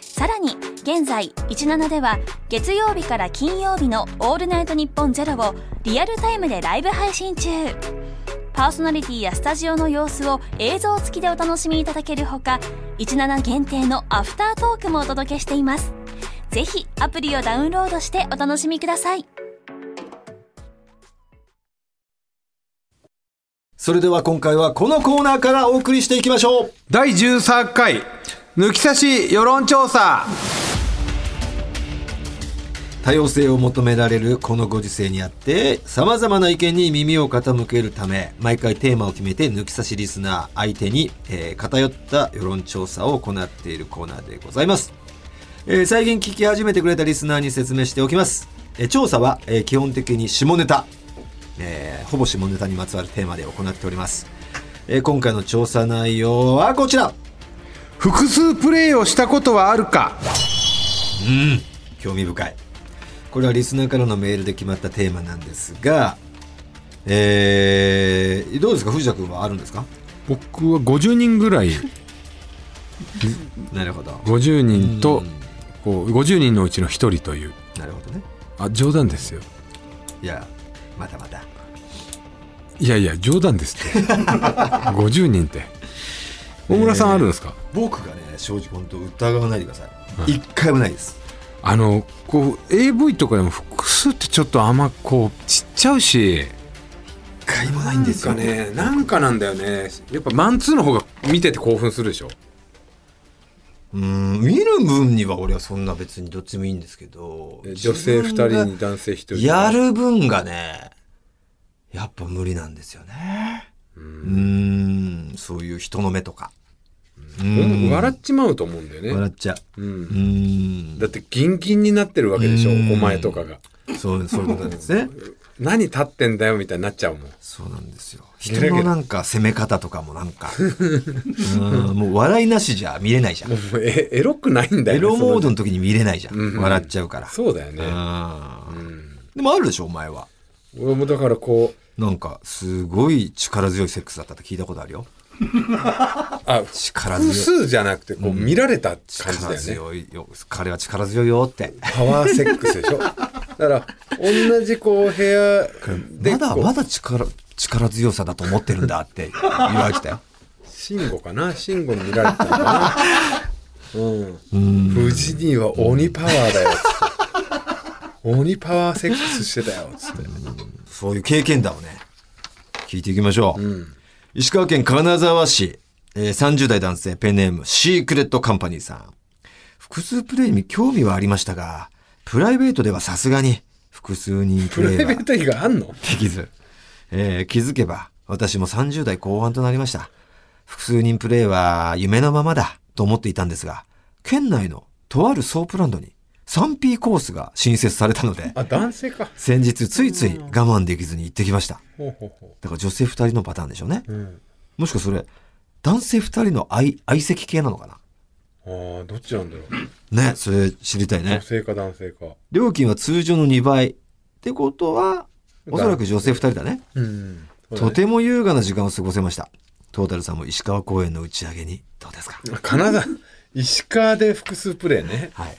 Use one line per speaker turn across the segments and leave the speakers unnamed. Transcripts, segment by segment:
さらに現在17では月曜日から金曜日の「オールナイトニッポンゼロをリアルタイムでライブ配信中パーソナリティやスタジオの様子を映像付きでお楽しみいただけるほか17限定のアフタートークもお届けしていますぜひアプリをダウンロードしてお楽しみください
それでは今回はこのコーナーからお送りしていきましょう
第13回抜き差し世論調査
多様性を求められるこのご時世にあってさまざまな意見に耳を傾けるため毎回テーマを決めて抜き差しリスナー相手に、えー偏った世論調査を行っているコーナーでございます、えー最近聞き始めてくれたリスナーに説明しておきます、えー調査は、えー基本的に下ネタ、えーほぼ下ネタにまつわるテーマで行っております、えー今回の調査内容はこちら
複数プレイをしたことはあるか
興味深いこれはリスナーからのメールで決まったテーマなんですがえー、どうですか藤田君はあるんですか
僕は50人ぐらい
なるほど
50人
う
と
ん
こう50人のうちの1人という
なるほどね
あ冗談ですよ
いやまたまた
いやいや冗談ですって50人って大村さんあるんですか、
僕がね正直本当疑わないでください一、回もないです
あのこう AV とかでも複数ってちょっとあんまこうちっちゃうし
一回もないんですよ
ねなんかなんだよねやっぱマンツーの方が見てて興奮するでしょ
うん見る分には俺はそんな別にどっちもいいんですけど
女性2人に男性1人
やる分がね、やっぱ無理なんですよね。うーん、そういう人の目とか。うん
笑っちまうと思うんだよね、
笑っちゃう。
うん
うーん。
だってギンギンになってるわけでしょお
うん
前とかが
そう、そういうことなんですね。
何立ってんだよみたいになっちゃうもん
そうなんですよ。
見
人
れるけど
のなんか攻め方とかもなんか、うんもう笑いなしじゃ見れないじゃん。
もうえエロくないんだよ
エ
ね
ロモード
その
の時に見れないじゃ
うん
ん。
うん
笑っちゃうから。
そうだよね
うん
うん
でもあるでしょ、お前は。
俺もだからこう
なんか、すごい力強いセックスだったって聞いたことあるよ。
あ
力強
複
い。
数じゃなくてこう見られた感じだ
力
よね
強いよ。彼は力強いよって。
パワーセックスでしょだから同じこう部屋で
まだ
こう
まだ力力強さだと思ってるんだって言われてたよ。
慎吾かな慎吾に見られたのかなうん
ん
富士には鬼パワーだよつって鬼パワーセックスしてたよつって
そういう経験談をね、聞いていきましょう。
うん
石川県金沢市、えー30代男性ペンネームシークレットカンパニーさん。複数プレイに興味はありましたが、プライベートではさすがに複数人プ
プラ
レイ
イベ
は
ート以外あんの
できず、えー気づけば私も30代後半となりました複数人プレイは夢のままだと思っていたんですが県内のとあるソープランドに 3P コースが新設されたので
あ男性か
先日ついつい我慢できずに行ってきました
ほうほうほ
だから女性2人のパターンでしょうね
ううん
もしくはそれ男性2人の相相席系なのか
あーどっちなんだろう
なねそれ知りたいね
女性か男性か
料金は通常の2倍ってことはおそらく女性2人だね
うん
とても優雅な時間を過ごせました。トータルさんも石川公演の打ち上げにどうですか
金沢石川で複数プレイね
はい。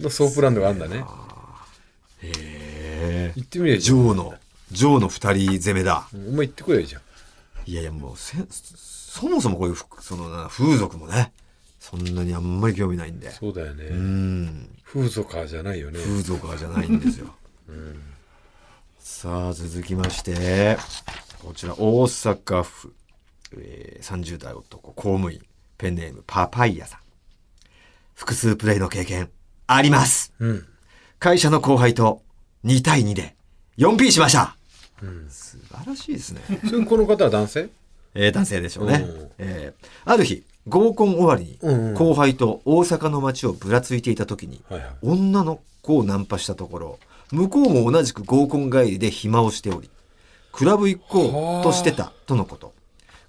のソープランドがあんだね
へえ。
行ってみれよ
ジ
じゃん
ョーの、ジョーの二人攻めだ。
お前行ってこいよじゃん
いやいやもうせ、そもそもこういうふ、そのな、風俗もね、そんなにあんまり興味ないんで。
そうだよね、
うん。
風俗じゃないよね
風俗はじゃないんですよ。さあ、続きまして、こちら、大阪府、えー、30代男、公務員、ペンネーム、パパイヤさん。複数プレイの経験、あります。
うん
会社の後輩と2対2で 4P しました、素晴らしいですね、
それこの方は男性
えー男性でしょうね、
うん
えーある日合コン終わりに
うんうん
後輩と大阪の街をぶらついていた時に
はいはい
女の子をナンパしたところ向こうも同じく合コン帰りで暇をしており、クラブ行こうとしてたとのこと。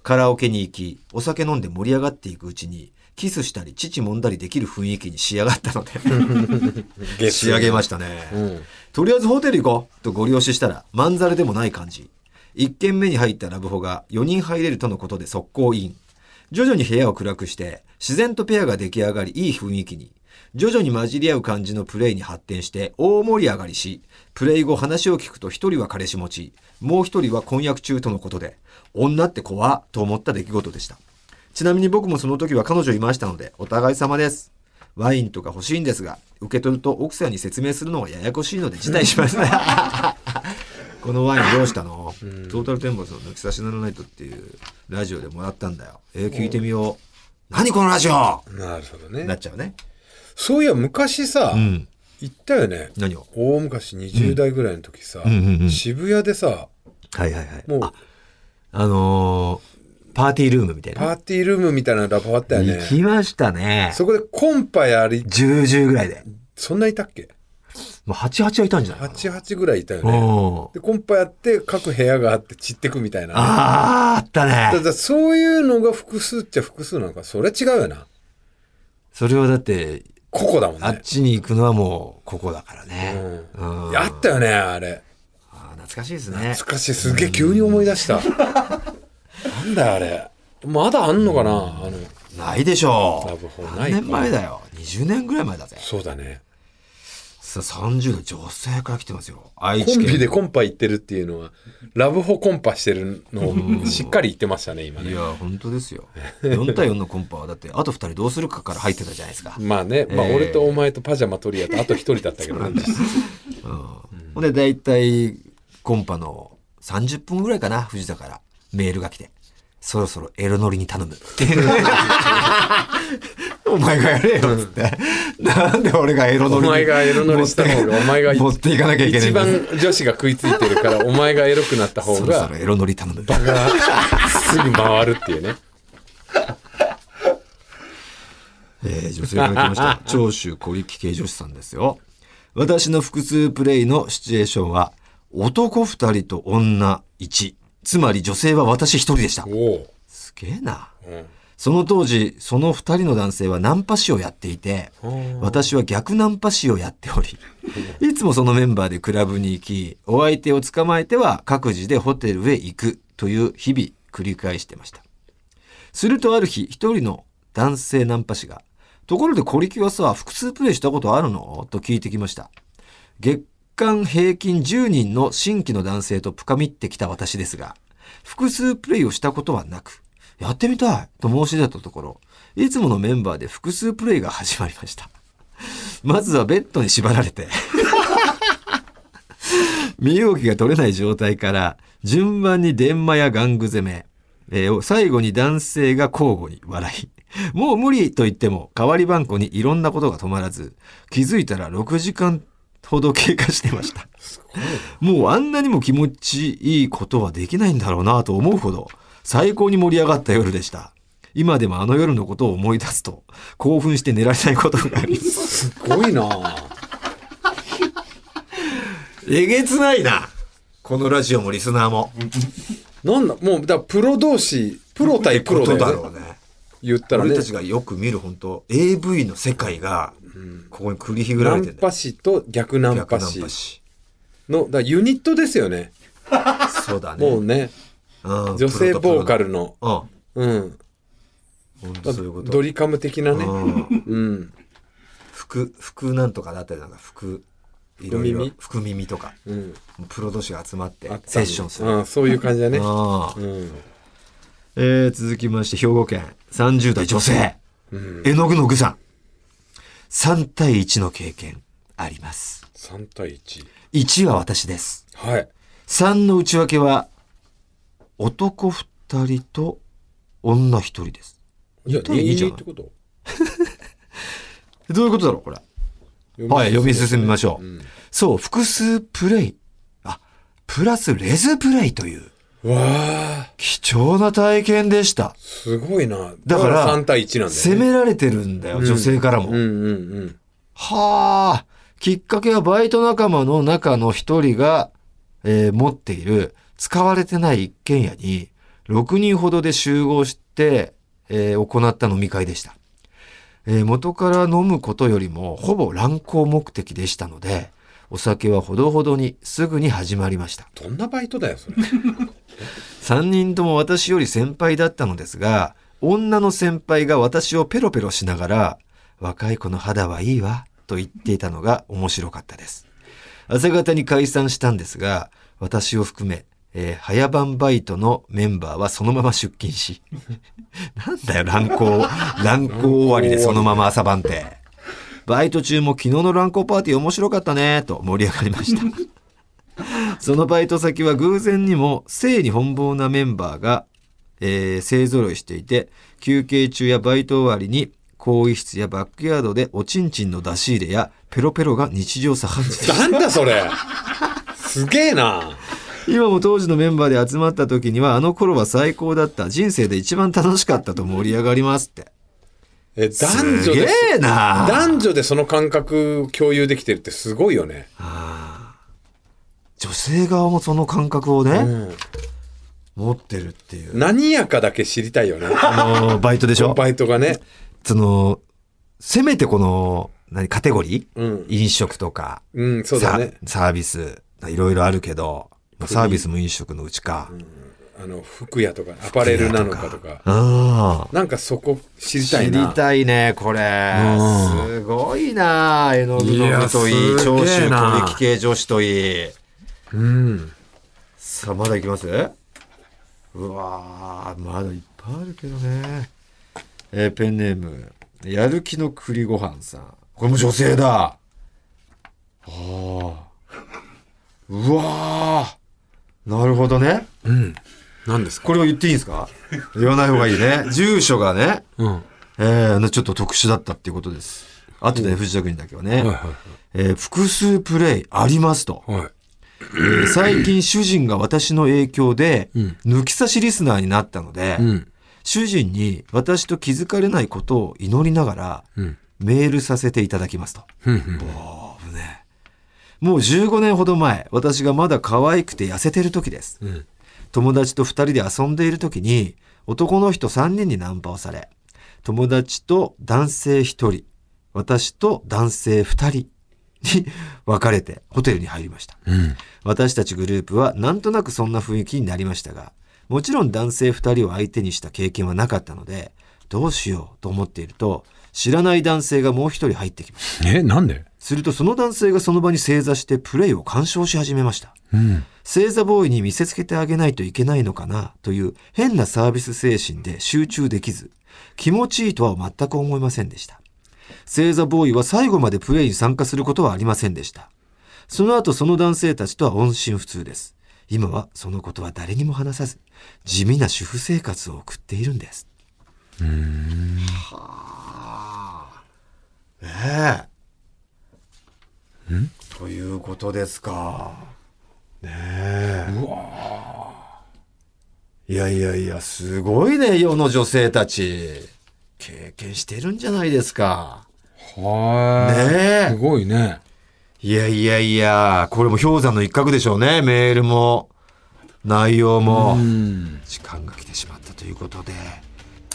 カラオケに行き、お酒飲んで盛り上がっていくうちに、キスしたり、乳揉んだりできる雰囲気に仕上がったので、仕上げましたね。とりあえずホテル行こうとご利用ししたら、まんざらでもない感じ。1軒目に入ったラブホが4人入れるとのことで速攻イン。徐々に部屋を暗くして、自然とペアが出来上がり、いい雰囲気に。徐々に混じり合う感じのプレイに発展して、大盛り上がりし、プレイ後話を聞くと一人は彼氏持ち、もう一人は婚約中とのことで、女って怖っと思った出来事でした。ちなみに僕もその時は彼女いましたので、お互い様です。ワインとか欲しいんですが、受け取ると奥さんに説明するのがややこしいので辞退します。 このワインどうしたのトータルテンボスの抜き差しならないとっていうラジオでもらったんだよ。えー聞いてみよう。何このラジオ
なるほど
なっ
ね
ちゃうね。
そういや昔さ、
うん。
行ったよね
何を
大昔20代ぐらいの時さ、
んうんうん
渋谷でさ
はいはいはい。
もう
あのーパーティールームみたい
パ
な。
ーティールームみたいなラブあったよね
行きましたね。
そこでコンパやり
10、10ぐらいで。
そんないたっけ
もう8、8はいたんじゃないかな
?88 ぐらいいたよね
おー
でコンパやって各部屋があって散ってくみたいなね、
あー、あった
だ
ね。
だそういうのが複数っちゃ複数なのかそれ違うよな
それはだって、
ここだもん
あっ
ね、
ちに行くのはもう、ここだから
う
ね。
ん
うん
あったよねあれ
あー懐かしいですね。
懐かしいすげえ急に思い出したなんだよあれまだあんのかなあの
ないでしょ
ラブホ
う。
な
何
いか
年前だよ。20年ぐらい前だぜ。
そうだね
さ、30代女性から来てますよ。愛
コ
知
ンビ
県。
でコンパ行ってるっていうのはラブホコンパしてるのをしっかり言ってましたね今
い
ね
や、本当ですよ。4対4のコンパは、だって、あと2人どうするかから入ってたじゃないですか。
まあね、まあ
えー
俺とお前とパジャマ取り合とあと一人だったけどね
うん。ほんで、大体、コンパの30分ぐらいかな、藤田から。メールが来て。そろそろエロノリに頼 む。っていう。お前がやれよ、つって。なんで俺がエロノ
お
リに
前がエロ乗りした方がお前が
持っていかなきゃいけない
一
んだ
番女子が食いついてるからお前がエロくなった方
そろそ
が
ろエロノリ頼む。
すぐ回るっていうね
えー女性から来ま した。長州小力系女子さんですよ。私の複数プレイのシチュエーションは、男二人と女一。つまり女性は私一人でした
お。お
すげえな。
う、うん、
その当時、その二人の男性はナンパ師をやっていて、私は逆ナンパ師をやっており、 いつもそのメンバーでクラブに行き、お相手を捕まえては各自でホテルへ行くという日々繰り返してました。するとある日、一人の男性ナンパ師が、ところで小力はさ、複数プレイしたことあるのと聞いてきました。月間平均10人の新規の男性と深みってきた私ですが、複数プレイをしたことはなく、やってみたいと申し出たところ、いつものメンバーで複数プレイが始まりました。まずはベッドに縛られて、身動きが取れない状態から、順番に電話や玩具攻め、えー最後に男性が交互に笑い、もう無理と言っても、代わり番号にいろんなことが止まらず、気づいたら6時間ほど経過してました。もうあんなにも気持ちいいことはできないんだろうなと思うほど、最高に盛り上がった夜でした。今でもあの夜のことを思い出すと、興奮して寝られないことがあります。
すごいなあ
えげつないな。このラジオもリスナーも。
なんだもうだからプロ同士プロ対プロ
こと
だ
だ
よ
ろ
ね
うね。
言ったらね
俺たちがよく見る本当 AV の世界が、ここに繰り広げら
ナ
れて
ン
んだ
パ
よ。
師と逆ナンパ師
逆師
のだからユニットですよね
そうだね。
もうね
うん
女性ボーカ。ルの
プロとプ
うん
ロのうん。本当そういうこと。
ドリカム的なね
うん
うん
服、服なんとかだったりなんか服、いろいろ
耳、
服耳とか、
うん
プロ同士が集まって
あったんだ
セッションする。
うんそういう感じだね
ああ
うん
えー続きまして、兵庫県、30代女性、
うん
絵の具の具さん。3対1の経験、あります。
3対1
1は私です。
はい
3の内訳は、男2人と女1人です。
いや
一対二じゃん
二ってこと
どういうことだろう、これ。はい、読み進みましょう。
ん
そう、複数プレイ。あ、プラスレズプレイという
うわあ
貴重な体験でした。
すごいな
だから
3対1なんだよ
責
ね
められてるんだよ、女性からも。
うんうんうん
はあ、きっかけはバイト仲間の中の一人が、えー持っている使われてない一軒家に6人ほどで集合して、えー行った飲み会でした。えー元から飲むことよりもほぼ乱行目的でしたので、お酒はほどほどにすぐに始まりました。
どんなバイトだよそれ
3人とも私より先輩だったのですが、女の先輩が私をペロペロしながら、若い子の肌はいいわ、と言っていたのが面白かったです。朝方に解散したんですが、私を含め、えー早番バイトのメンバーはそのまま出勤し。 なんだよ、乱行。乱行終わりでそのまま朝晩って。バイト中も昨日の乱行パーティー面白かったね、と盛り上がりました。 そのバイト先は偶然にも性に奔放なメンバーが、えー勢ぞろいしていて、休憩中やバイト終わりに、更衣室やバックヤードでおちんちんの出し入れやペロペロが日常茶飯事です。
なんだそれすげえな
今も当時のメンバーで集まった時には、あの頃は最高だった。人生で一番楽しかったと盛り上がりますって。
え男
す
女
げ
で
えな
男女でその感覚を共有できてるってすごいよね、
女性側もその感覚をね、
うん
持ってるっていう。
何やかだけ知りたいよね
あのーバイトでしょ
バイトがね
その、せめてこの、何、カテゴリー、
うん
飲食とか、
うんそうだね
ササービス、いろいろあるけど、まあサービスも飲食のうちか。
あの服屋とかアパレルなのかとか
ああ。
なんかそこ知りた
知
い
り
な
たいね、これ。
うん
すごいな絵の具の具とい
い
い、
やすげ
長州
えな
小力系女子といい。
うん
さあ、まだいきますうわー、まだいっぱいあるけどね。えーペンネーム、やる気の栗ごはんさん。これも女性だ。ああ。うわー。なるほどね。
何ですか
これを言っていいんですか言わない方がいいね。住所がね、
うん
えーあの、ちょっと特殊だったっていうことです。あとで藤田君だけは
は
ね、
いは
えー複数プレイありますと。
いはい
えー最近主人が私の影響で、抜き差しリスナーになったので、
うん
主人に私と気づかれないことを祈りながら、
うん
メールさせていただきますと。
うんうん
もう15年ほど前、私がまだ可愛くて痩せてる時です。
ん
友達と2人で遊んでいる時に、男の人3人にナンパをされ、友達と男性1人、私と男性2人に 分かれてホテルに入りました。
うん
私たちグループはなんとなくそんな雰囲気になりましたが、もちろん男性2人を相手にした経験はなかったので、どうしようと思っていると、知らない男性がもう1人入ってきました。
えなんです
るとその男性がその場に正座してプレイを鑑賞し始めました。
うん
正座ボーイに見せつけてあげないといけないのかなという変なサービス精神で集中できず、気持ちいいとは全く思いませんでした。正座ボーイは最後までプレイに参加することはありませんでした。その後その男性たちとは音信不通です。今はそのことは誰にも話さず、地味な主婦生活を送っているんです。うーん。はあ。ねえ。ということですか。ねえ。いやいやいや、すごいね、世の女性たち。経験してるんじゃないですか。
はい
ねえ
すごいね
いやいやいや、これも氷山の一角でしょうね、メールも、内容も。
うん
時間が来てしまったということで。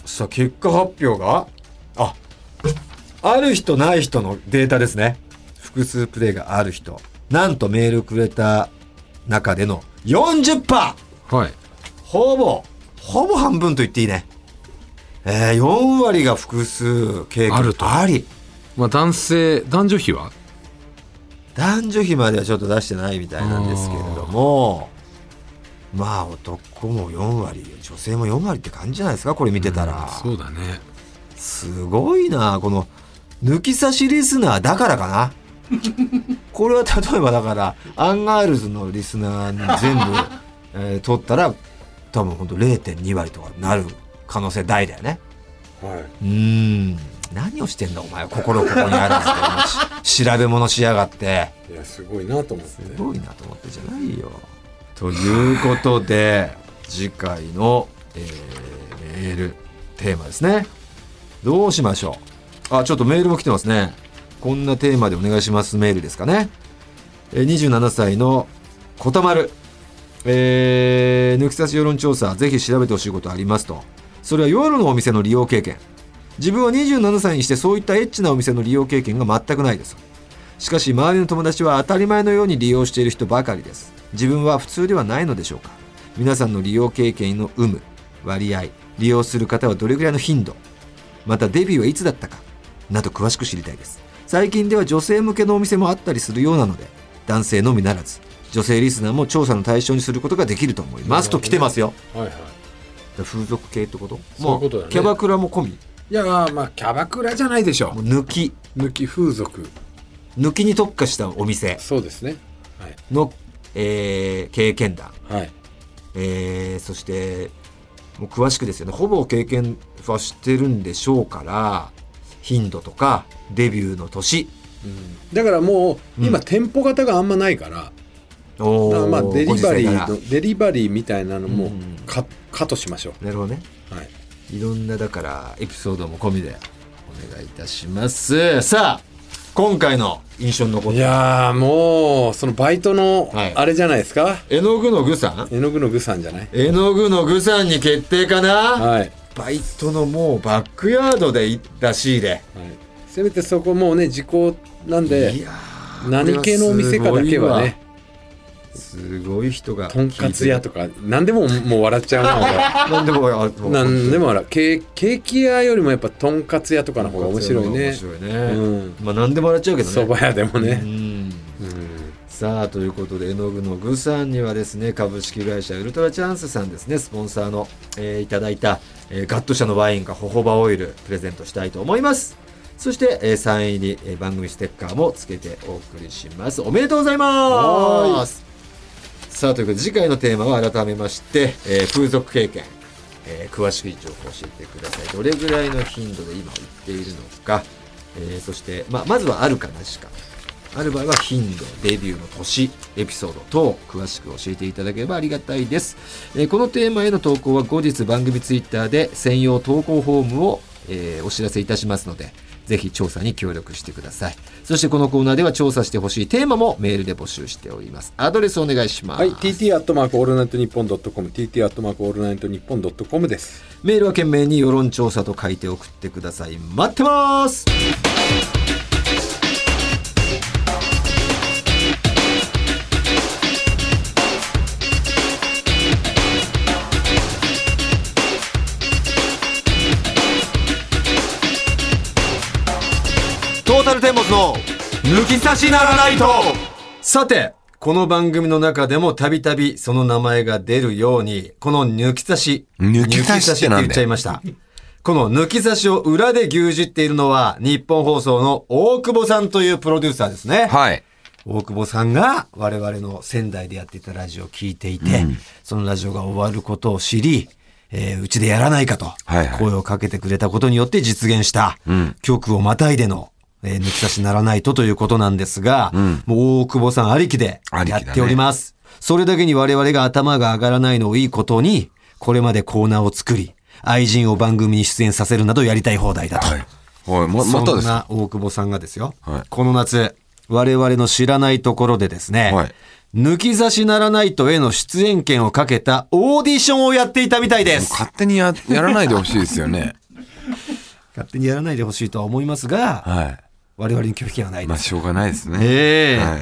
さあ、結果発表が、あ、ある人ない人のデータですね。複数プレイがある人。なんとメールくれた中での 40%!
はい
ほぼ、ほぼ半分と言っていいね。えー、4割が複数経験
あると
あり。
まあ男性男女比は
男女比まではちょっと出してないみたいなんですけれども、まあ男も4割、女性も4割って感じじゃないですか、これ見てたら。
そうだね
すごいな、この、抜き差しリスナーだから かな。これは例えばだから、アンガールズのリスナーに 全部、えー取ったら、多分ほんと0.2割とかなる可能性大だよね。
は
うーん何をしてんだお前は心ここにあらずでお前し調べ物しやがって
いいやすごいなと思って
すごいなと思ってじゃないよということで次回の、えーメールテーマですねどうしましょうあちょっとメールも来てますねこんなテーマでお願いしますメールですかね。えー27歳のこたまる。えー抜き差し世論調査、ぜひ調べてほしいことありますと。それは夜のお店の利用経験。自分は27歳にしてそういったエッチなお店の利用経験が全くないです。しかし周りの友達は当たり前のように利用している人ばかりです自分は普通ではないのでしょうか皆さんの利用経験の有無割合利用する方はどれぐらいの頻度またデビューはいつだったかなど詳しく知りたいです最近では女性向けのお店もあったりするようなので男性のみならず女性リスナーも調査の対象にすることができると思いますと来てますよ
はいはい
風俗系ってこと
そういうことだね
もキャバクラも込み
いやまあまあキャバクラじゃないでしょ
もう抜き
抜き風俗
抜きに特化したお店
そうですねはい
の、えー経験談
はい
えーそしてもう詳しくですよねほぼ経験はしてるんでしょうから頻度とかデビューの年
だからもう今
うん
店舗型があんまないから,、
おー
まあデリバリ
ご時世か
ー
ら
のデリバリーみたいなの
う
も
ん
かかとしましょ
なるほどね
う、はい、
いろんなだからエピソードも込みでお願いいたしますさあ今回の印象に残っ
い
た
やーもうそのバイトの
はい
あれじゃないですか、
絵の具の具さん
絵の具の具さんじゃない
絵の具の具さんに決定かな
はい、はい、
バイトのもうバックヤードで行ったしいで
せめてそこもうね時効なん
い
で
やー
何系のお店かだけはね
すごい人が
とんかつ屋とか何でももう笑っちゃうな
なんでもあ
俺何でも笑うケーケーキ屋よりもやっぱとんかつ屋とかの方が面白い
面
ね
白いね。
うん
まあ何でも笑っちゃうけどね。
そば屋でも
う
ね、
ん。
うん
さあということで絵の具の具さんにはですね株式会社ウルトラチャンスさんですねスポンサーの、えーいただいた、えーガット社のワインかホホバオイルプレゼントしたいと思います。そして、えー、サイン入り、えー番組ステッカーもつけてお送りします。おめでとうございますさあということで次回のテーマは改めまして、えー風俗経験、えー詳しい情報を教えてくださいどれぐらいの頻度で今言っているのか、えーそして、まあ、まずはあるかなしかある場合は頻度デビューの年エピソード等詳しく教えていただければありがたいです、えーこのテーマへの投稿は後日番組ツイッターで専用投稿フォームを、えーお知らせいたしますのでぜひ調査に協力してくださいそしてこのコーナーでは調査してほしいテーマもメールで募集しておりますアドレスお願いします、
はい TT アットマークオールナイトニッポンドットコム TT アットマークオールナイトニッポンドットコムです
メールは懸命に世論調査と書いて送ってください。待ってますトータルテンボスの抜き差しならないとさて、この番組の中でもたびたびその名前が出るように、この抜き差し。
抜き差しってなんだよ
抜き差言っちゃいました。この抜き差しを裏で牛耳っているのは、日本放送の大久保さんというプロデューサーですね。
はい
大久保さんが我々の仙台でやっていたラジオを聞いていて、そのラジオが終わることを知り、えーうちでやらないかと
はいはい
声をかけてくれたことによって実現した、曲をまたいでの、えー抜き差しならないとということなんですが、もう大久保さんありきで
ありき
や
だ
っ
ね
ております。それだけに我々が頭が上がらないのをいいことに、これまでコーナーを作り、愛人を番組に出演させるなどやりたい放題だと。
おいままた
そ
で
ん
す
な大久保さんがですよ、
はい
この夏、我々の知らないところでですね、
はい
抜き差しならないとへの出演権をかけたオーディションをやっていたみたいです。
勝手にややらないでほしいですよ ね
勝手にやらないでほしいとは思いますが、
は
我々に拒否権はない
い
で
まあ
す。
しょうがないですね
ええ
はい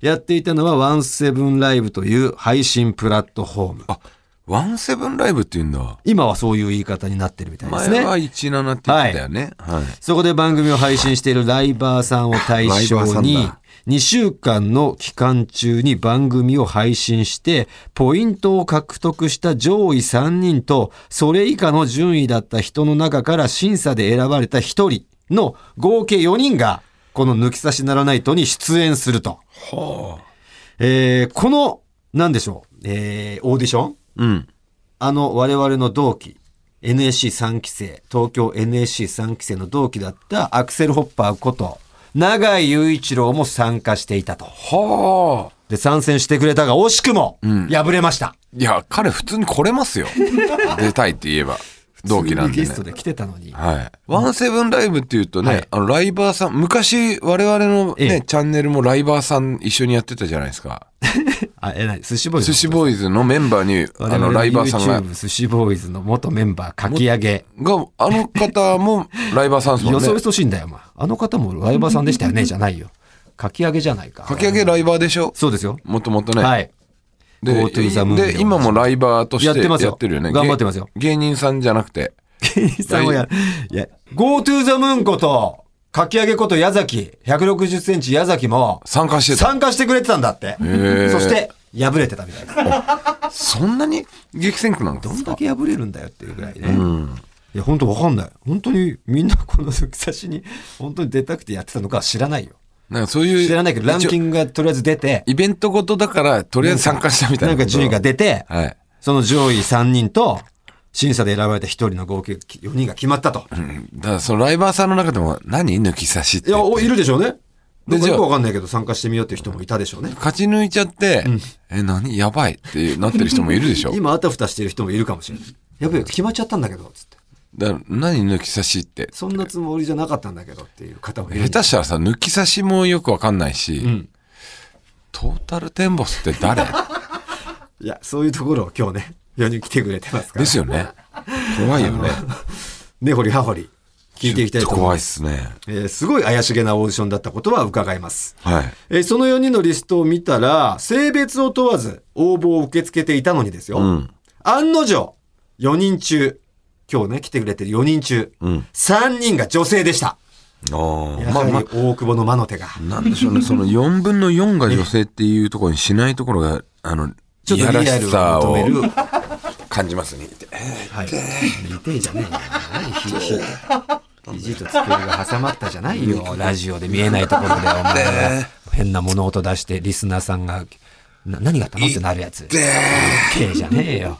やっていたのはワンセブンライブという配信プラットフォーム。
あワンセブンライブっていうんだ
今はそういう言い方になってるみたいですね。
前は17って言ってたよねはい、
そこで番組を配信しているライバーさんを対象
ライバーさん
に
だ、
2週間の期間中に番組を配信して、ポイントを獲得した上位3人と、それ以下の順位だった人の中から審査で選ばれた1人の合計4人が、この抜き差しならないとに出演すると。えーこの、なんでしょう、えーオーディション
うん
あの我々の同期 NSC3 期生東京 NSC3 期生の同期だったアクセルホッパーこと永井雄一郎も参加していたと
はあ
で参戦してくれたが惜しくも敗れました、
いや彼普通に来れますよ出たいって言えば
同期なんで
ゲ
ね
ストで来てたのに。
はい。ワンセブンライブっていうとね、
はい
あの、ライバーさん、昔、我々のね、
ええ
チャンネルもライバーさん一緒にやってたじゃないですか。
あ、えない、寿司ボーイズ。
寿司ボーイズのメンバーに、あ
我
の、
々の
ライバーさんが、
YouTube 寿司ボーイズの元メンバー、かき上げ。
が、あの方もライバーさんですも
よ
ん
そ
ね
よ。そしいんだよ、お前。あの方もライバーさんでしたよね、じゃないよ。かき上げじゃないか。
かき上げライバーでしょ
そうですよ。
もともとね。
はい。
で
Go to the moon
で、今もライバーとして
や
や
ってますよ
ってるよね。
頑張ってますよ
芸芸人さんじゃなくて。
芸人さんをやる。いや、Go to the moon こと、かき上げこと矢崎、160センチ矢崎も、
参加してた。
参加してくれてたんだって。
ー
そして、敗れてたみたいな。
そんなに激戦区なんで
どん
す
だ
か
け破れるんだよっていうぐらいね。いや、本当わかんない。本当にみんなこの抜き差しに、本当に出たくてやってたのかは知らないよ。
なんかそういう。
知らないけど、ランキ
グ。
ングがとりあえず出て、
イベントごとだから、とりあえず参加したみたい
なん
な。
か順位が出て、
はい。
その上位3人と、審査で選ばれた1人の合計4人が決まったと。
うんだからそのライバーさんの中でも何抜き差しって
いや、おいるでしょうね。な
で
んか
じ
よ
ゃあ
くわかんないけど、参加してみようっていう人もいたでしょうね。
勝ち抜いちゃって、え、何やばいってなってる人もいるでしょ
今、あたふたしてる人もいるかもしれない。やべえ、決まっちゃったんだけど、つって。
だから何抜き差しって。
そんなつもりじゃなかったんだけどっていう方もいる。
下手したらさ、抜き差しもよくわかんないし、
ん
トータルテンボスって誰
いや、そういうところを今日ね、4人来てくれてますから。
ですよね。怖いよね。
ねほりはほり、聞いていきたい
ち
と
ょっと
思い
怖い
ま
っ
す。
すね。
えーすごい怪しげなオーディションだったことは伺います。
はい。
えーその4人のリストを見たら、性別を問わず応募を受け付けていたのにですよ。
うん。
案の定、4人中、今日ね、来てくれてる4人中、
うん。
3人が女性でした。
あ
や
あ。まあま
は
あ
り、大久保の魔の手が。
なんでしょうね。その4分の4が女性っていうところにしないところが、あの、
ちょっ
いや
と
ら
リア
し
ル
さ
を求
を
める。
感じますね。
はい。痛いじゃねえよ。何ひひ。肘と机が挟まったじゃないよ。ラジオで見えないところでお前は 変な物音出してリスナーさんがな何があったのってなるやつ。けえじゃねえよ。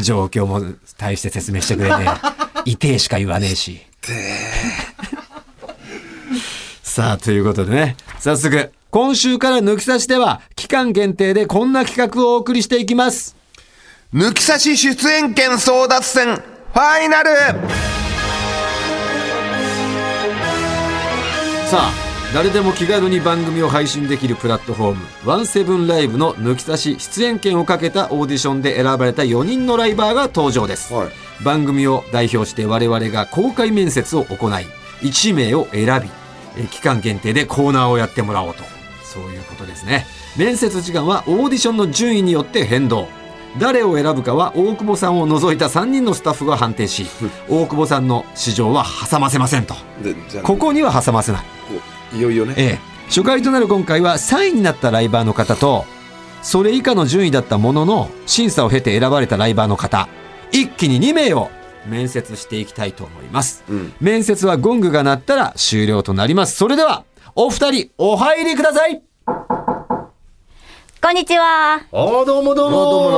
状況も大して説明してくれねえ。痛えしか言わねえし。さあ、ということでね、早速、今週から抜き差しでは、期間限定でこんな企画をお送りしていきます。
抜き差し出演権争奪戦、ファイナル
さあ誰でも気軽に番組を配信できるプラットフォームワンセブンライブの抜き差し出演権をかけたオーディションで選ばれた4人のライバーが登場です、
はい
番組を代表して我々が公開面接を行い1名を選びえー期間限定でコーナーをやってもらおうとそういうことですね面接時間はオーディションの順位によって変動誰を選ぶかは大久保さんを除いた3人のスタッフが判定し大久保さんの市場は挟ませませんと
でじゃあ
ここには挟ませない
いよいよね
ええ、初回となる今回は3位になったライバーの方とそれ以下の順位だったものの審査を経て選ばれたライバーの方一気に2名を面接していきたいと思います、
ん
面接はゴングが鳴ったら終了となりますそれではお二人お入りください
こんにちは。
あどうもどうもどうもどう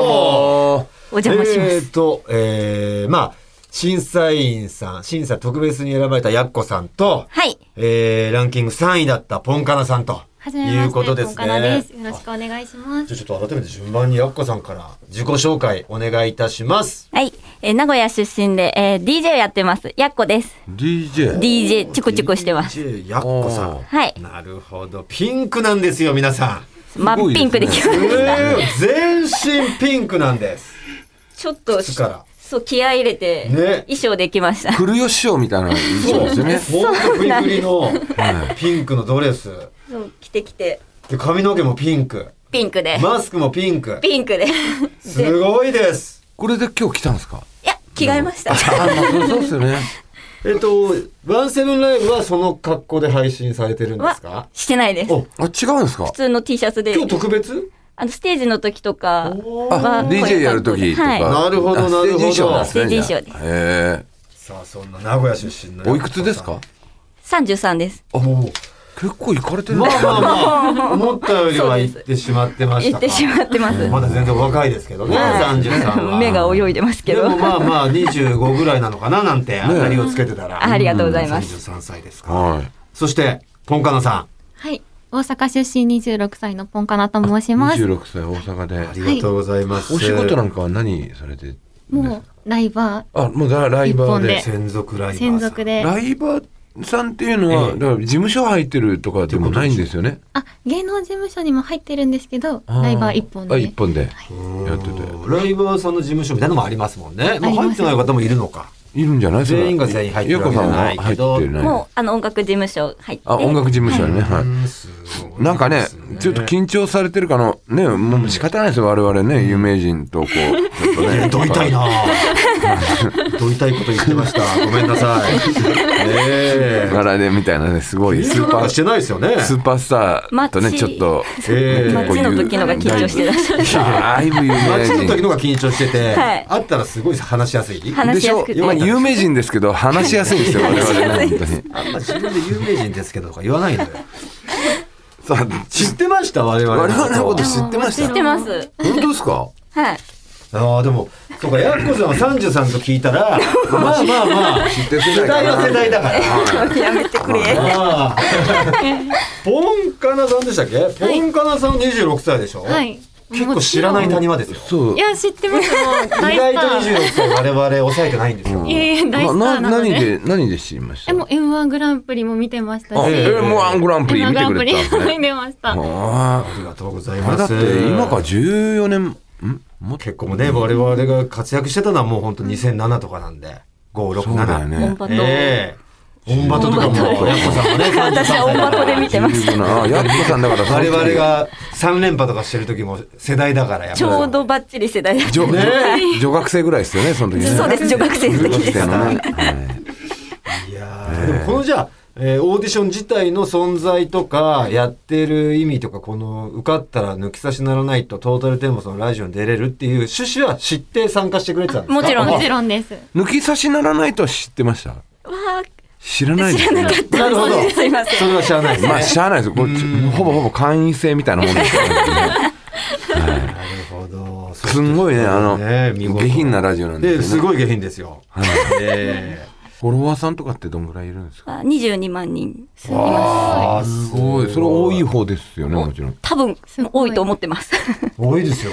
も
お邪魔します。
えー、とえー、まあ審査員さん審査特別に選ばれたやっこさんと、
はい。
えー、ランキング3位だったポンカナさんと
はじめ
い
ま
うこ
して、
とで
です
ね
すかなです。よろしくお願いします。
じゃあちょっと改めて順番にやっこさんから自己紹介お願いいたします。
はい。えー名古屋出身で、えー DJ をやってます。やっこです。
!DJ。
DJ、チコチコしてます。
DJ やっこさん。
はい。
なるほど。ピンクなんですよ、皆さ
真っピンクできま
ん。
す。
全身ピンクなんです。
ちょっと、
靴から
そう、気合い入れて、
ね
衣装できました。
来るよ師匠みたいな印象です よね。
ほんとフリフリのピンクのドレス。
そう、着てきて、
で、髪の毛もピンク。
ピンクで。
マスクもピンク。
ピンクで。い
すごいです。
これで今日来たんですか
や、着替えました。
あ、まあそうそうですよね。
えっと、ワンセブンライブはその格好で配信されてるんですか
は、してないです。
お
普
あ、違うんですか
通の T シャツで
今、日特別
あの、ステージの時とか
あ
は、、こういう
DJ やるときと
はい。
か。
なるほどなるほど
ステージ衣装なんですね。
ステージ衣装です
じゃあへ
さあ、そんな名古屋出身のやっこさん
え。おいくつですか
33です。
あ、もう。
結構行かれてる
ま
ね
あまあまあ、思ったよりは行ってしまってまし
行
た
っ
か。
てしまってます。
まだ全然お若いですけどね、三十三は。
目が泳いでますけ
で
ど
も。まあまあ25ぐらいなのかななんて当たりをつけてたら。
ありがとうございます
33歳ですか。
はい。
そして、ポンカナさ
はい。大阪出身26歳のポンカナと申します。
26歳大阪
ん、あり
で。
がとうございます。
お仕事なんかは何されて
もうライバ
あもうだライバーで
一本
専属ライバー
ー
さん
専属で
ライバーさんっていうのは、
ええ
だから事務所入ってるとかでもないんですよね。
あ芸能事務所にも入ってるんですけど
あ
ライバー一本
あ
で
一本でやってて
ライバーさんの事務所みたいなのもありますもんね。もう
あります
入ってない方もいるのか。
いるんじゃないそれは
全員が全員入ってるわけじゃないけど
ゆうこさんは入ってない
もうあの音楽事務所入って
あ音楽事務所やね、はいなんかね、ちょっと緊張されてるかの、ね、もう仕方ないですよ、我々ね、有名人とこう、ちょっと ね
どいたいなぁ どいたいこと言ってま した。ごめんなさい。ねえ。
柄でみたいなね、すごい、スー
な
パ
んかして
ー、
ないですよね。
スーパースターとね、ちょっと、
え
結構
街
言
の
う
時のが緊張してらっしゃる
だいぶ有
街の
名
時の
人。
方が緊張してて、
はい
あったらすごい話しやすい。
話
でしょ
話しやすくて
まあ、有名人ですけど、話しやすいんです よ、我々ね、本当に。
あんま自分で有名人ですけどとか言わない のよ。
さあ
知ってました我々
我々のこと知
知
ってまし
知ってます
た本当ですか
はい
ああ、でも、そうか、やっこさんは33と聞いた ら、まあまあまあ、
知ってる世
世代は世代だから。
やめてくれ
ああポンカナさんでしたっけポンカナさん26歳でしょ、
はい
結構知らない谷間ですよ。
そう
いや知ってますもう
意
大
外
ス
と
ター
26歳我々抑えてないんですよ。
いやいや大スタ
な
ーなの
何
で
で何で知りました
えもう M1 グランプリも見てました
あ
し
えーもうアングランプリ
M1
見
グ
て
ラ
く
ンプ
れ
リ
てたんですね
見てました
あ
ありがとうござい
ああれ
ま
だっ
す。
て今から14年んもっと
結構ね、我々が活躍してたのはもう本当2007とかなんで、5、6、7。
そうだよね
本場と
ええオンバトとかも、やっこさんもね、
私は音楽で見てまし
15
た
なあやっこさんだ から
我々が3連覇とかしてる時も世代だから、やっ ぱ
ちょうどバッチリ世代だった
女 女学生ぐらいですよねその時ね
そうです女学生の
女
時
学
で
生
す
のねはい
いやーでもこのじゃあ、えーオーディション自体の存在とか、やってる意味とか、この、受かったら抜き差しならないと、トータルテンボスのラジオに出れるっていう趣旨は知って参加してくれてたんですか
もちろん
もちろんです
抜き差しならないとは知ってました
わ
知らない
ー
で
知
す
ら
ね
なかった
なるほど
そうですすいません
それは知らないですね。
まあしゃあないですこれほぼほぼ会員制みたいなもん ですからね
なるほど。
すんごいねあの
見事
下品なラジオなん
で、
です
す
よね
ごい下品ですよ。え
フォロワーさんとかってどんぐらいいるんです
あ
か
22万人
えわあ、す
すごいそれ多い方ですよねもちろん
多分多いと思って ます
多いですよ。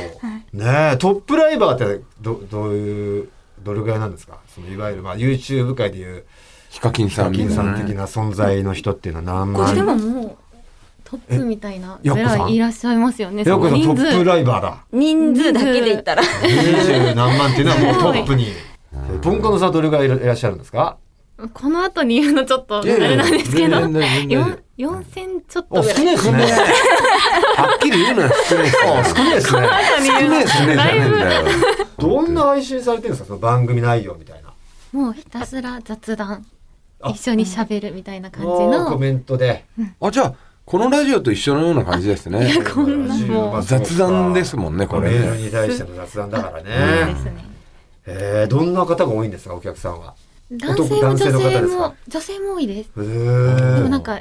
ねえ、トップライバーってど、どういう、どれぐらいなんですかそのいわゆる、まあ、YouTube 界でいう、
ヒカキンさんみたい
金
な
さん
ね
的な存在の人っていうのは何万
で
人
ももうトップみたいな
え
ぐらいいらっしゃいますよね
よくの
そ
ト
の人
ップ
数
ライバーだ。
人数だけで言ったら
20何万っていうのはもう
す
ト
ごい
ップに。ポンコのさんどれぐらいいらっしゃるんですか
この後に言うのちょっとあ
いやいや
れなんですけど
全然全然
4 4000ちょっと
お、
ぐ
少
ら
ないいですね。
はっきり言うのは少ないですね。
あ少ないですね。
後に
少
言う
ないですね、じゃね
だい
えん
ぶ
だよ。
どんな配信されてるんですかその番組内容みたいな。
もうひたすら雑談
あ
一緒に喋るみたいな感じ
あーコ
の
メントで。
あ、じゃあ、このラジオと一緒のような感じですね。
こんなもう
雑談ですもんねこれね
メールに対しての雑談だから
そうで
ね。
すね
えー、どんな方が多いんですかお客さんは。
男性も
男
女
性の方
性
です
も
か
女性も多いです
え
でも
ー。
なんか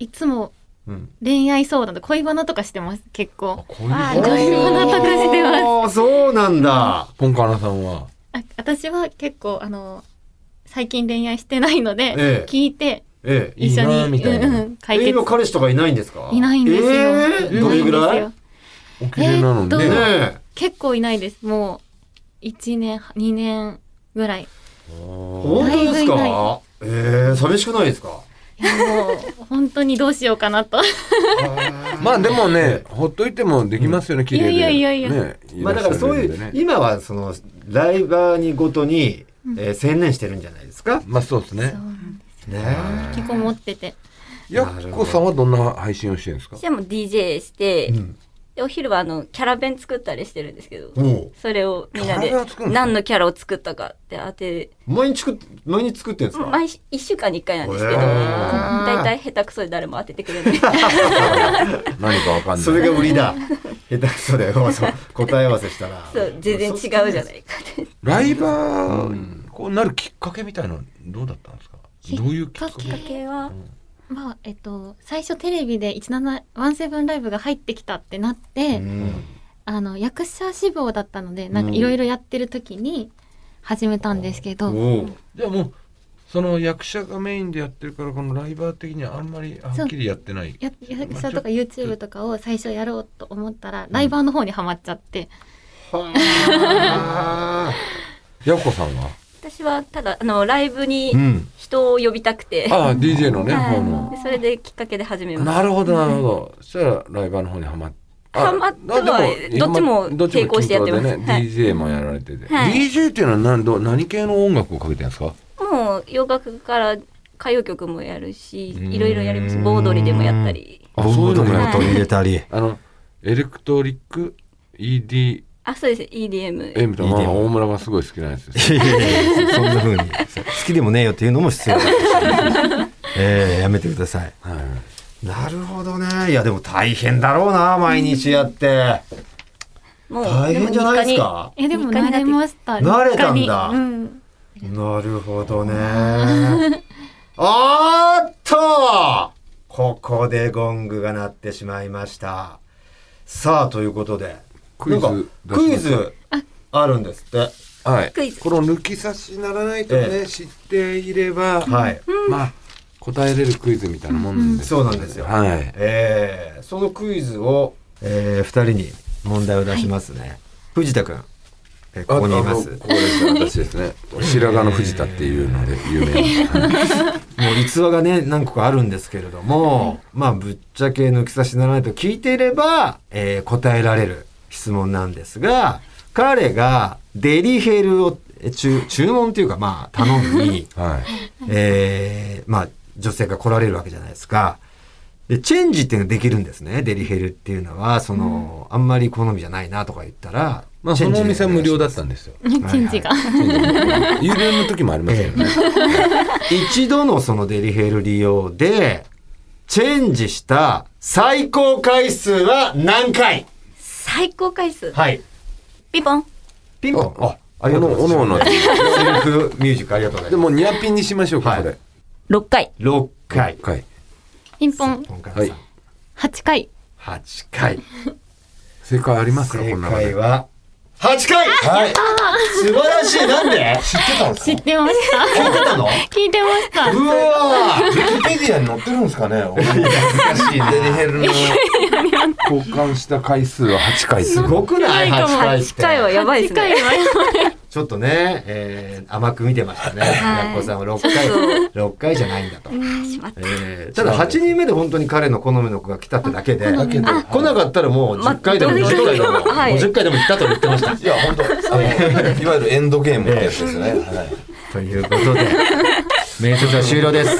いつも
うん
恋愛相談と恋バナとかしてます結構
こういう
あ
恋バナとかしてます
おーそうなんだ。
ポンカナさんは。
あ私は結構あの最近恋愛してないので、
ええ
聞いて
ええ。
いい
一緒に
なーみたいな
うんうん、解
え
決
今彼氏とかいないんですか
いないんですよ、
えー、どれぐらい
な
ね
ん
お綺麗なの
え
に
ー
ね
っ。
え。
結構いないですもう1年2年ぐらい
本当です
だいぶいな
かえー、寂しくないですか
いやもう本当にどうしようかな と
まあでもね、ほっといてもできますよね、綺麗で。
いやいやいやいや
ね
まあだからそうい
らっしゃるんで
う、
ね
今はその、ライバーにごとに、えー、専念してるんじゃないですか
まあそうですね。
ね
引きこもってて
やっこさんはどんな配信をしてるんですか
私はもう DJ して、
ん
でお昼はあのキャラ弁作ったりしてるんですけど、
え。もう、
それをみんなで
キャラ弁を作るの
何のキャラを作ったかって当て
毎日作っ、毎日作ってるんですか
毎週1週間に1回なんですけど
へー
大体下手くそで誰も当ててくれない
何かわかんない。
それが売りだ。下手くそだよ。そう答え合わせしたら。
そう全然違うじゃないかって
ライバー、こうなるきっかけみたいなのどうだったんですかどういうきっか
きっか
け
け
系は
まあえっと最初テレビで1717ライブが入ってきたってなって、
うん。
あの役者志望だったのでなんかいろいろやってる時に始めたんですけど、
おう
じゃあもうその役者がメインでやってるからこのライバー的にはあんまりはっきりやってない
や役者とか
まあちょ
YouTube とかを最初やろうと思ったらライバーの方にはまっちゃって、
はあ
やっこさんは
私はただあのライブ に
うん
人を呼びたくて、
ああ DJ のね方
は
の
い、でそれできっかけで始めました
なるほどなるほど。そしたらライバーの方にはまっ
はまってはどっちも並行してやってます
ね、
はい
DJ もやられてて、
はい
DJ っていうのは何ど何系の音楽をかけてるんですか
もう洋楽から歌謡曲もやるし
ーん
いろいろやります盆踊りでもやったり
あそういうのもやった
取
り、
り入れたり。
あのエレクトリック EDM
あそうです EDM
とまあ大村がすごい好きなやつ です
いやいや いやそんな風に好きでもねえよっていうのも必要だし、 えーやめてください
はい
なるほどねいやでも大変だろうな毎日やって
もう
大変じゃないです
も
か
えでも慣れました
慣れたんだ
日課にうん
なるほどねあーっとここでゴングが鳴ってしまいましたさあということで
クイズ
なんかクイズあるんですって
はい
クイズ
この抜き差しならないとね、
え
知っていれば、
はい
まあ答えれるクイズみたいなもんです、
そうなんですよ
はい
えーそのクイズを、え2人に問題を出しますね、藤田君、えーここにいますも
ああのこれです私ですね。白髪の藤田っていうので有名 な。はいう
逸話がね何個かあるんですけれども、まあぶっちゃけ抜き差しならないと聞いていれば、えー答えられる質問なんですが彼がデリヘルをえー注注文というかまあ頼み に、
はい。
えーまあ女性が来られるわけじゃないですか。で、チェンジっていうのができるんですね。デリヘルっていうのは、その、あんまり好みじゃないなとか言ったら、
まあ
チェ
そ
ン
の
ジ
お
で
店は無料だ
お願いし
ったんですよ。
ます
チェンジが、
有料の時もありますけどね。
一度のそのデリヘル利用で、チェンジした最高回数は何回
最高回数
はい。
ピンポン
ピンポン。
あ
ありがとうございます。
おのおの
セ ルフミュージックありがとうござい
で
ます。
もニアピンにしましょうか
はい
これ。
6回
6回。
はい。
ピンポン
今回
は。
はい
8回
8回。
正解ありますかこ
正
んなの
解
で。
は、8回はい。素晴らしい。なんで知ってたんです
知ってました
聞いてたの
聞いてました
うわー
ウィキペディアに載ってるんですかね。
難しいね
デリヘルの交換した回数は8回。
すごくない
ないかも
8回って
8回はやばいです
8回
ね
は
ちょっとね、えー甘く見てましたね。
はい
やっこさんは6回、6回じゃないんだと。
しまった
えーただ8人目で本当に彼の好みの子が来たってだけで、来なかったらもう10回でも
まあ
20回でも、
はい
50回でも来たと言ってました。
いや、本当あの、いわゆるエンドゲームってやつですね。はい
ということで、面接は終了です。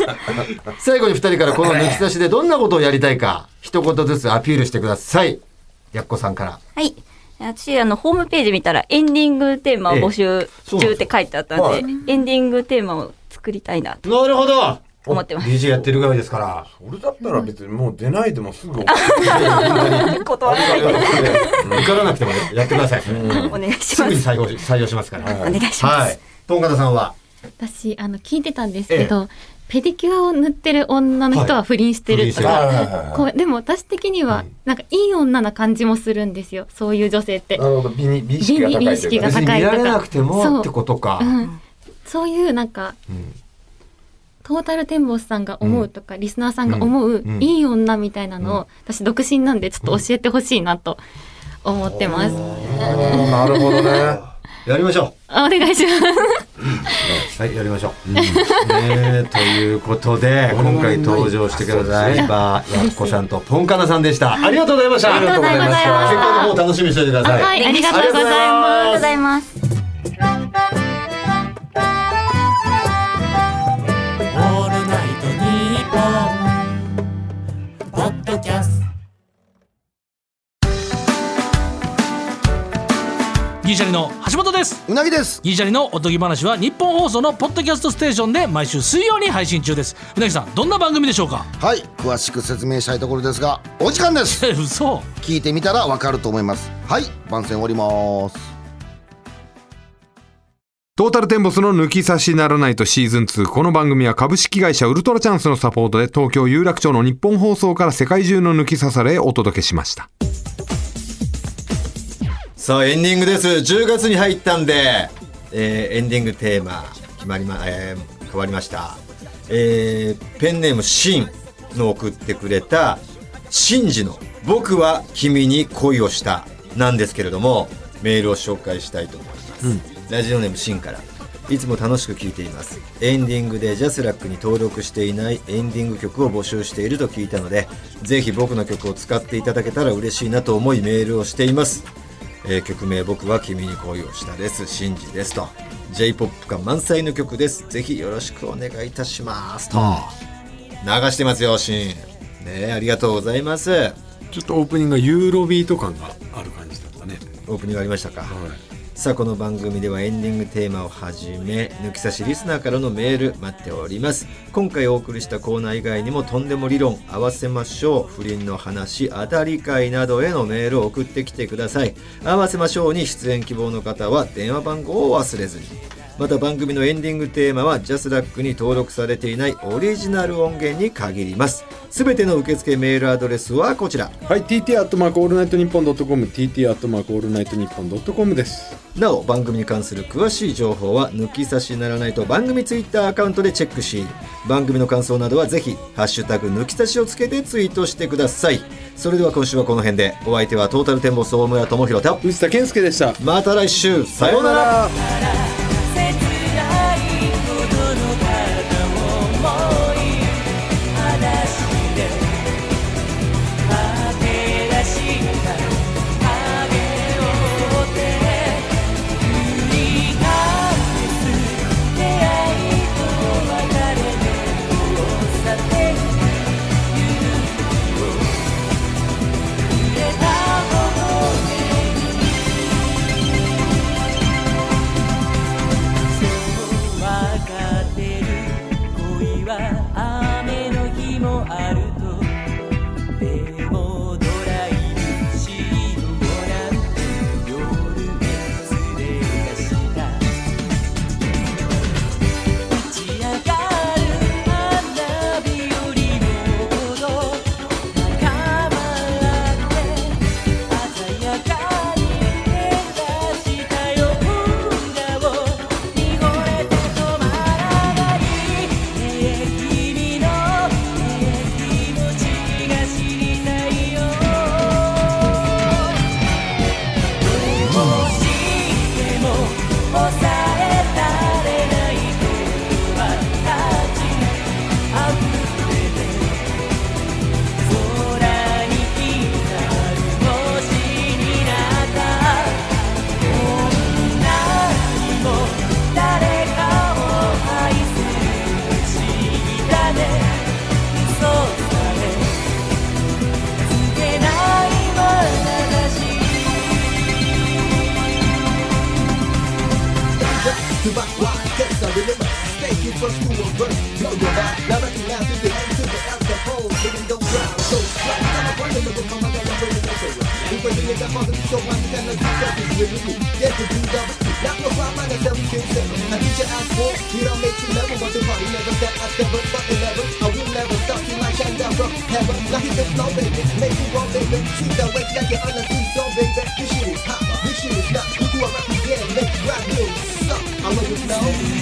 最後に2人からこの抜き差しでどんなことをやりたいか、一言ずつアピールしてください。やっこさんから。
はい私あのホームページ見たらエンディングテーマを募集中って書いてあったんで、
はい
エンディングテーマを作りたいなと
なるほど
思ってます
DJ やってる側ですから。
俺だったら別にもう出ないでもすぐ送る。
断らないで
受からなくてもやってください。
お願いし
す
ま
ぐに
す
採用し採用しますから。お
お願いします
はい。トンカタさんは
私あの聞いてたんですけど、ペディキュアを塗ってる女の人は不倫してるとか、
はい
こうでも私的にはなんかいい女な感じもするんですよそういう女性って
な、るほど、美に美意識が高いというか
美意識が
別
高い
に
とか
見られなくて
そ
も
う
ってことか
う。ん、そういうなんか、トータルテンボスさんが思うとか、リスナーさんが思う、
うん
いい女みたいなのを、私独身なんでちょっと教えてほしいなと思ってます、
なるほどね。
やりましょ
あお願いします
う。はい、やりましょう。ね えということで、今回登場してください。バーやっこさんとポンカナさんでした。ありがとうございました。ありがとうございました。結果の方楽しみにしておいてください。
はいありがとうござ
あ
い
りがとうござい
ま
ますす
ございます
ギリシャリの橋本です
うなぎです
ギリシャリのおとぎ話は日本放送のポッドキャストステーションで毎週水曜に配信中ですうなぎさんどんな番組でしょうか
はい詳しく説明したいところですがお時間です
え嘘
聞いてみたらわかると思いますはい番宣おります
トータルテンボスの抜き差しならないとシーズン2。この番組は株式会社ウルトラチャンスのサポートで東京有楽町の日本放送から世界中の抜き差されへお届けしました。
さあエンディングです10月に入ったんで、えーエンディングテーマ決まりま、えー変わりました、えーペンネームシンの送ってくれたシンジの「僕は君に恋をした」なんですけれどもメールを紹介したいと思います、ラジオネームシンからいつも楽しく聴いていますエンディングでジャスラックに登録していないエンディング曲を募集していると聞いたのでぜひ僕の曲を使っていただけたら嬉しいなと思いメールをしています、えー曲名僕は君に恋をしたですシンジですと J-POP 感満載の曲ですぜひよろしくお願いいたしますと、流してますよシンねえありがとうございます
ちょっとオープニングがユーロビート感がある感じだったね
オープニングありましたか、さあこの番組ではエンディングテーマをはじめ抜き差しリスナーからのメール待っております今回お送りしたコーナー以外にもとんでも理論合わせましょう不倫の話当たり会などへのメールを送ってきてください合わせましょうに出演希望の方は電話番号を忘れずにまた番組のエンディングテーマはジャスラックに登録されていないオリジナル音源に限りますすべての受付メールアドレスはこちら
はい TT アットマークオールナイトニッポンドットコム TT アットマークオールナイトニッポンドットコムです
なお番組に関する詳しい情報は抜き差しならないと番組ツイッターアカウントでチェックし番組の感想などはぜひ「ハッシュタグ抜き差し」をつけてツイートしてくださいそれでは今週はこの辺でお相手はトータルテンボス大村智広と
藤田健介でした
また来週さようなら「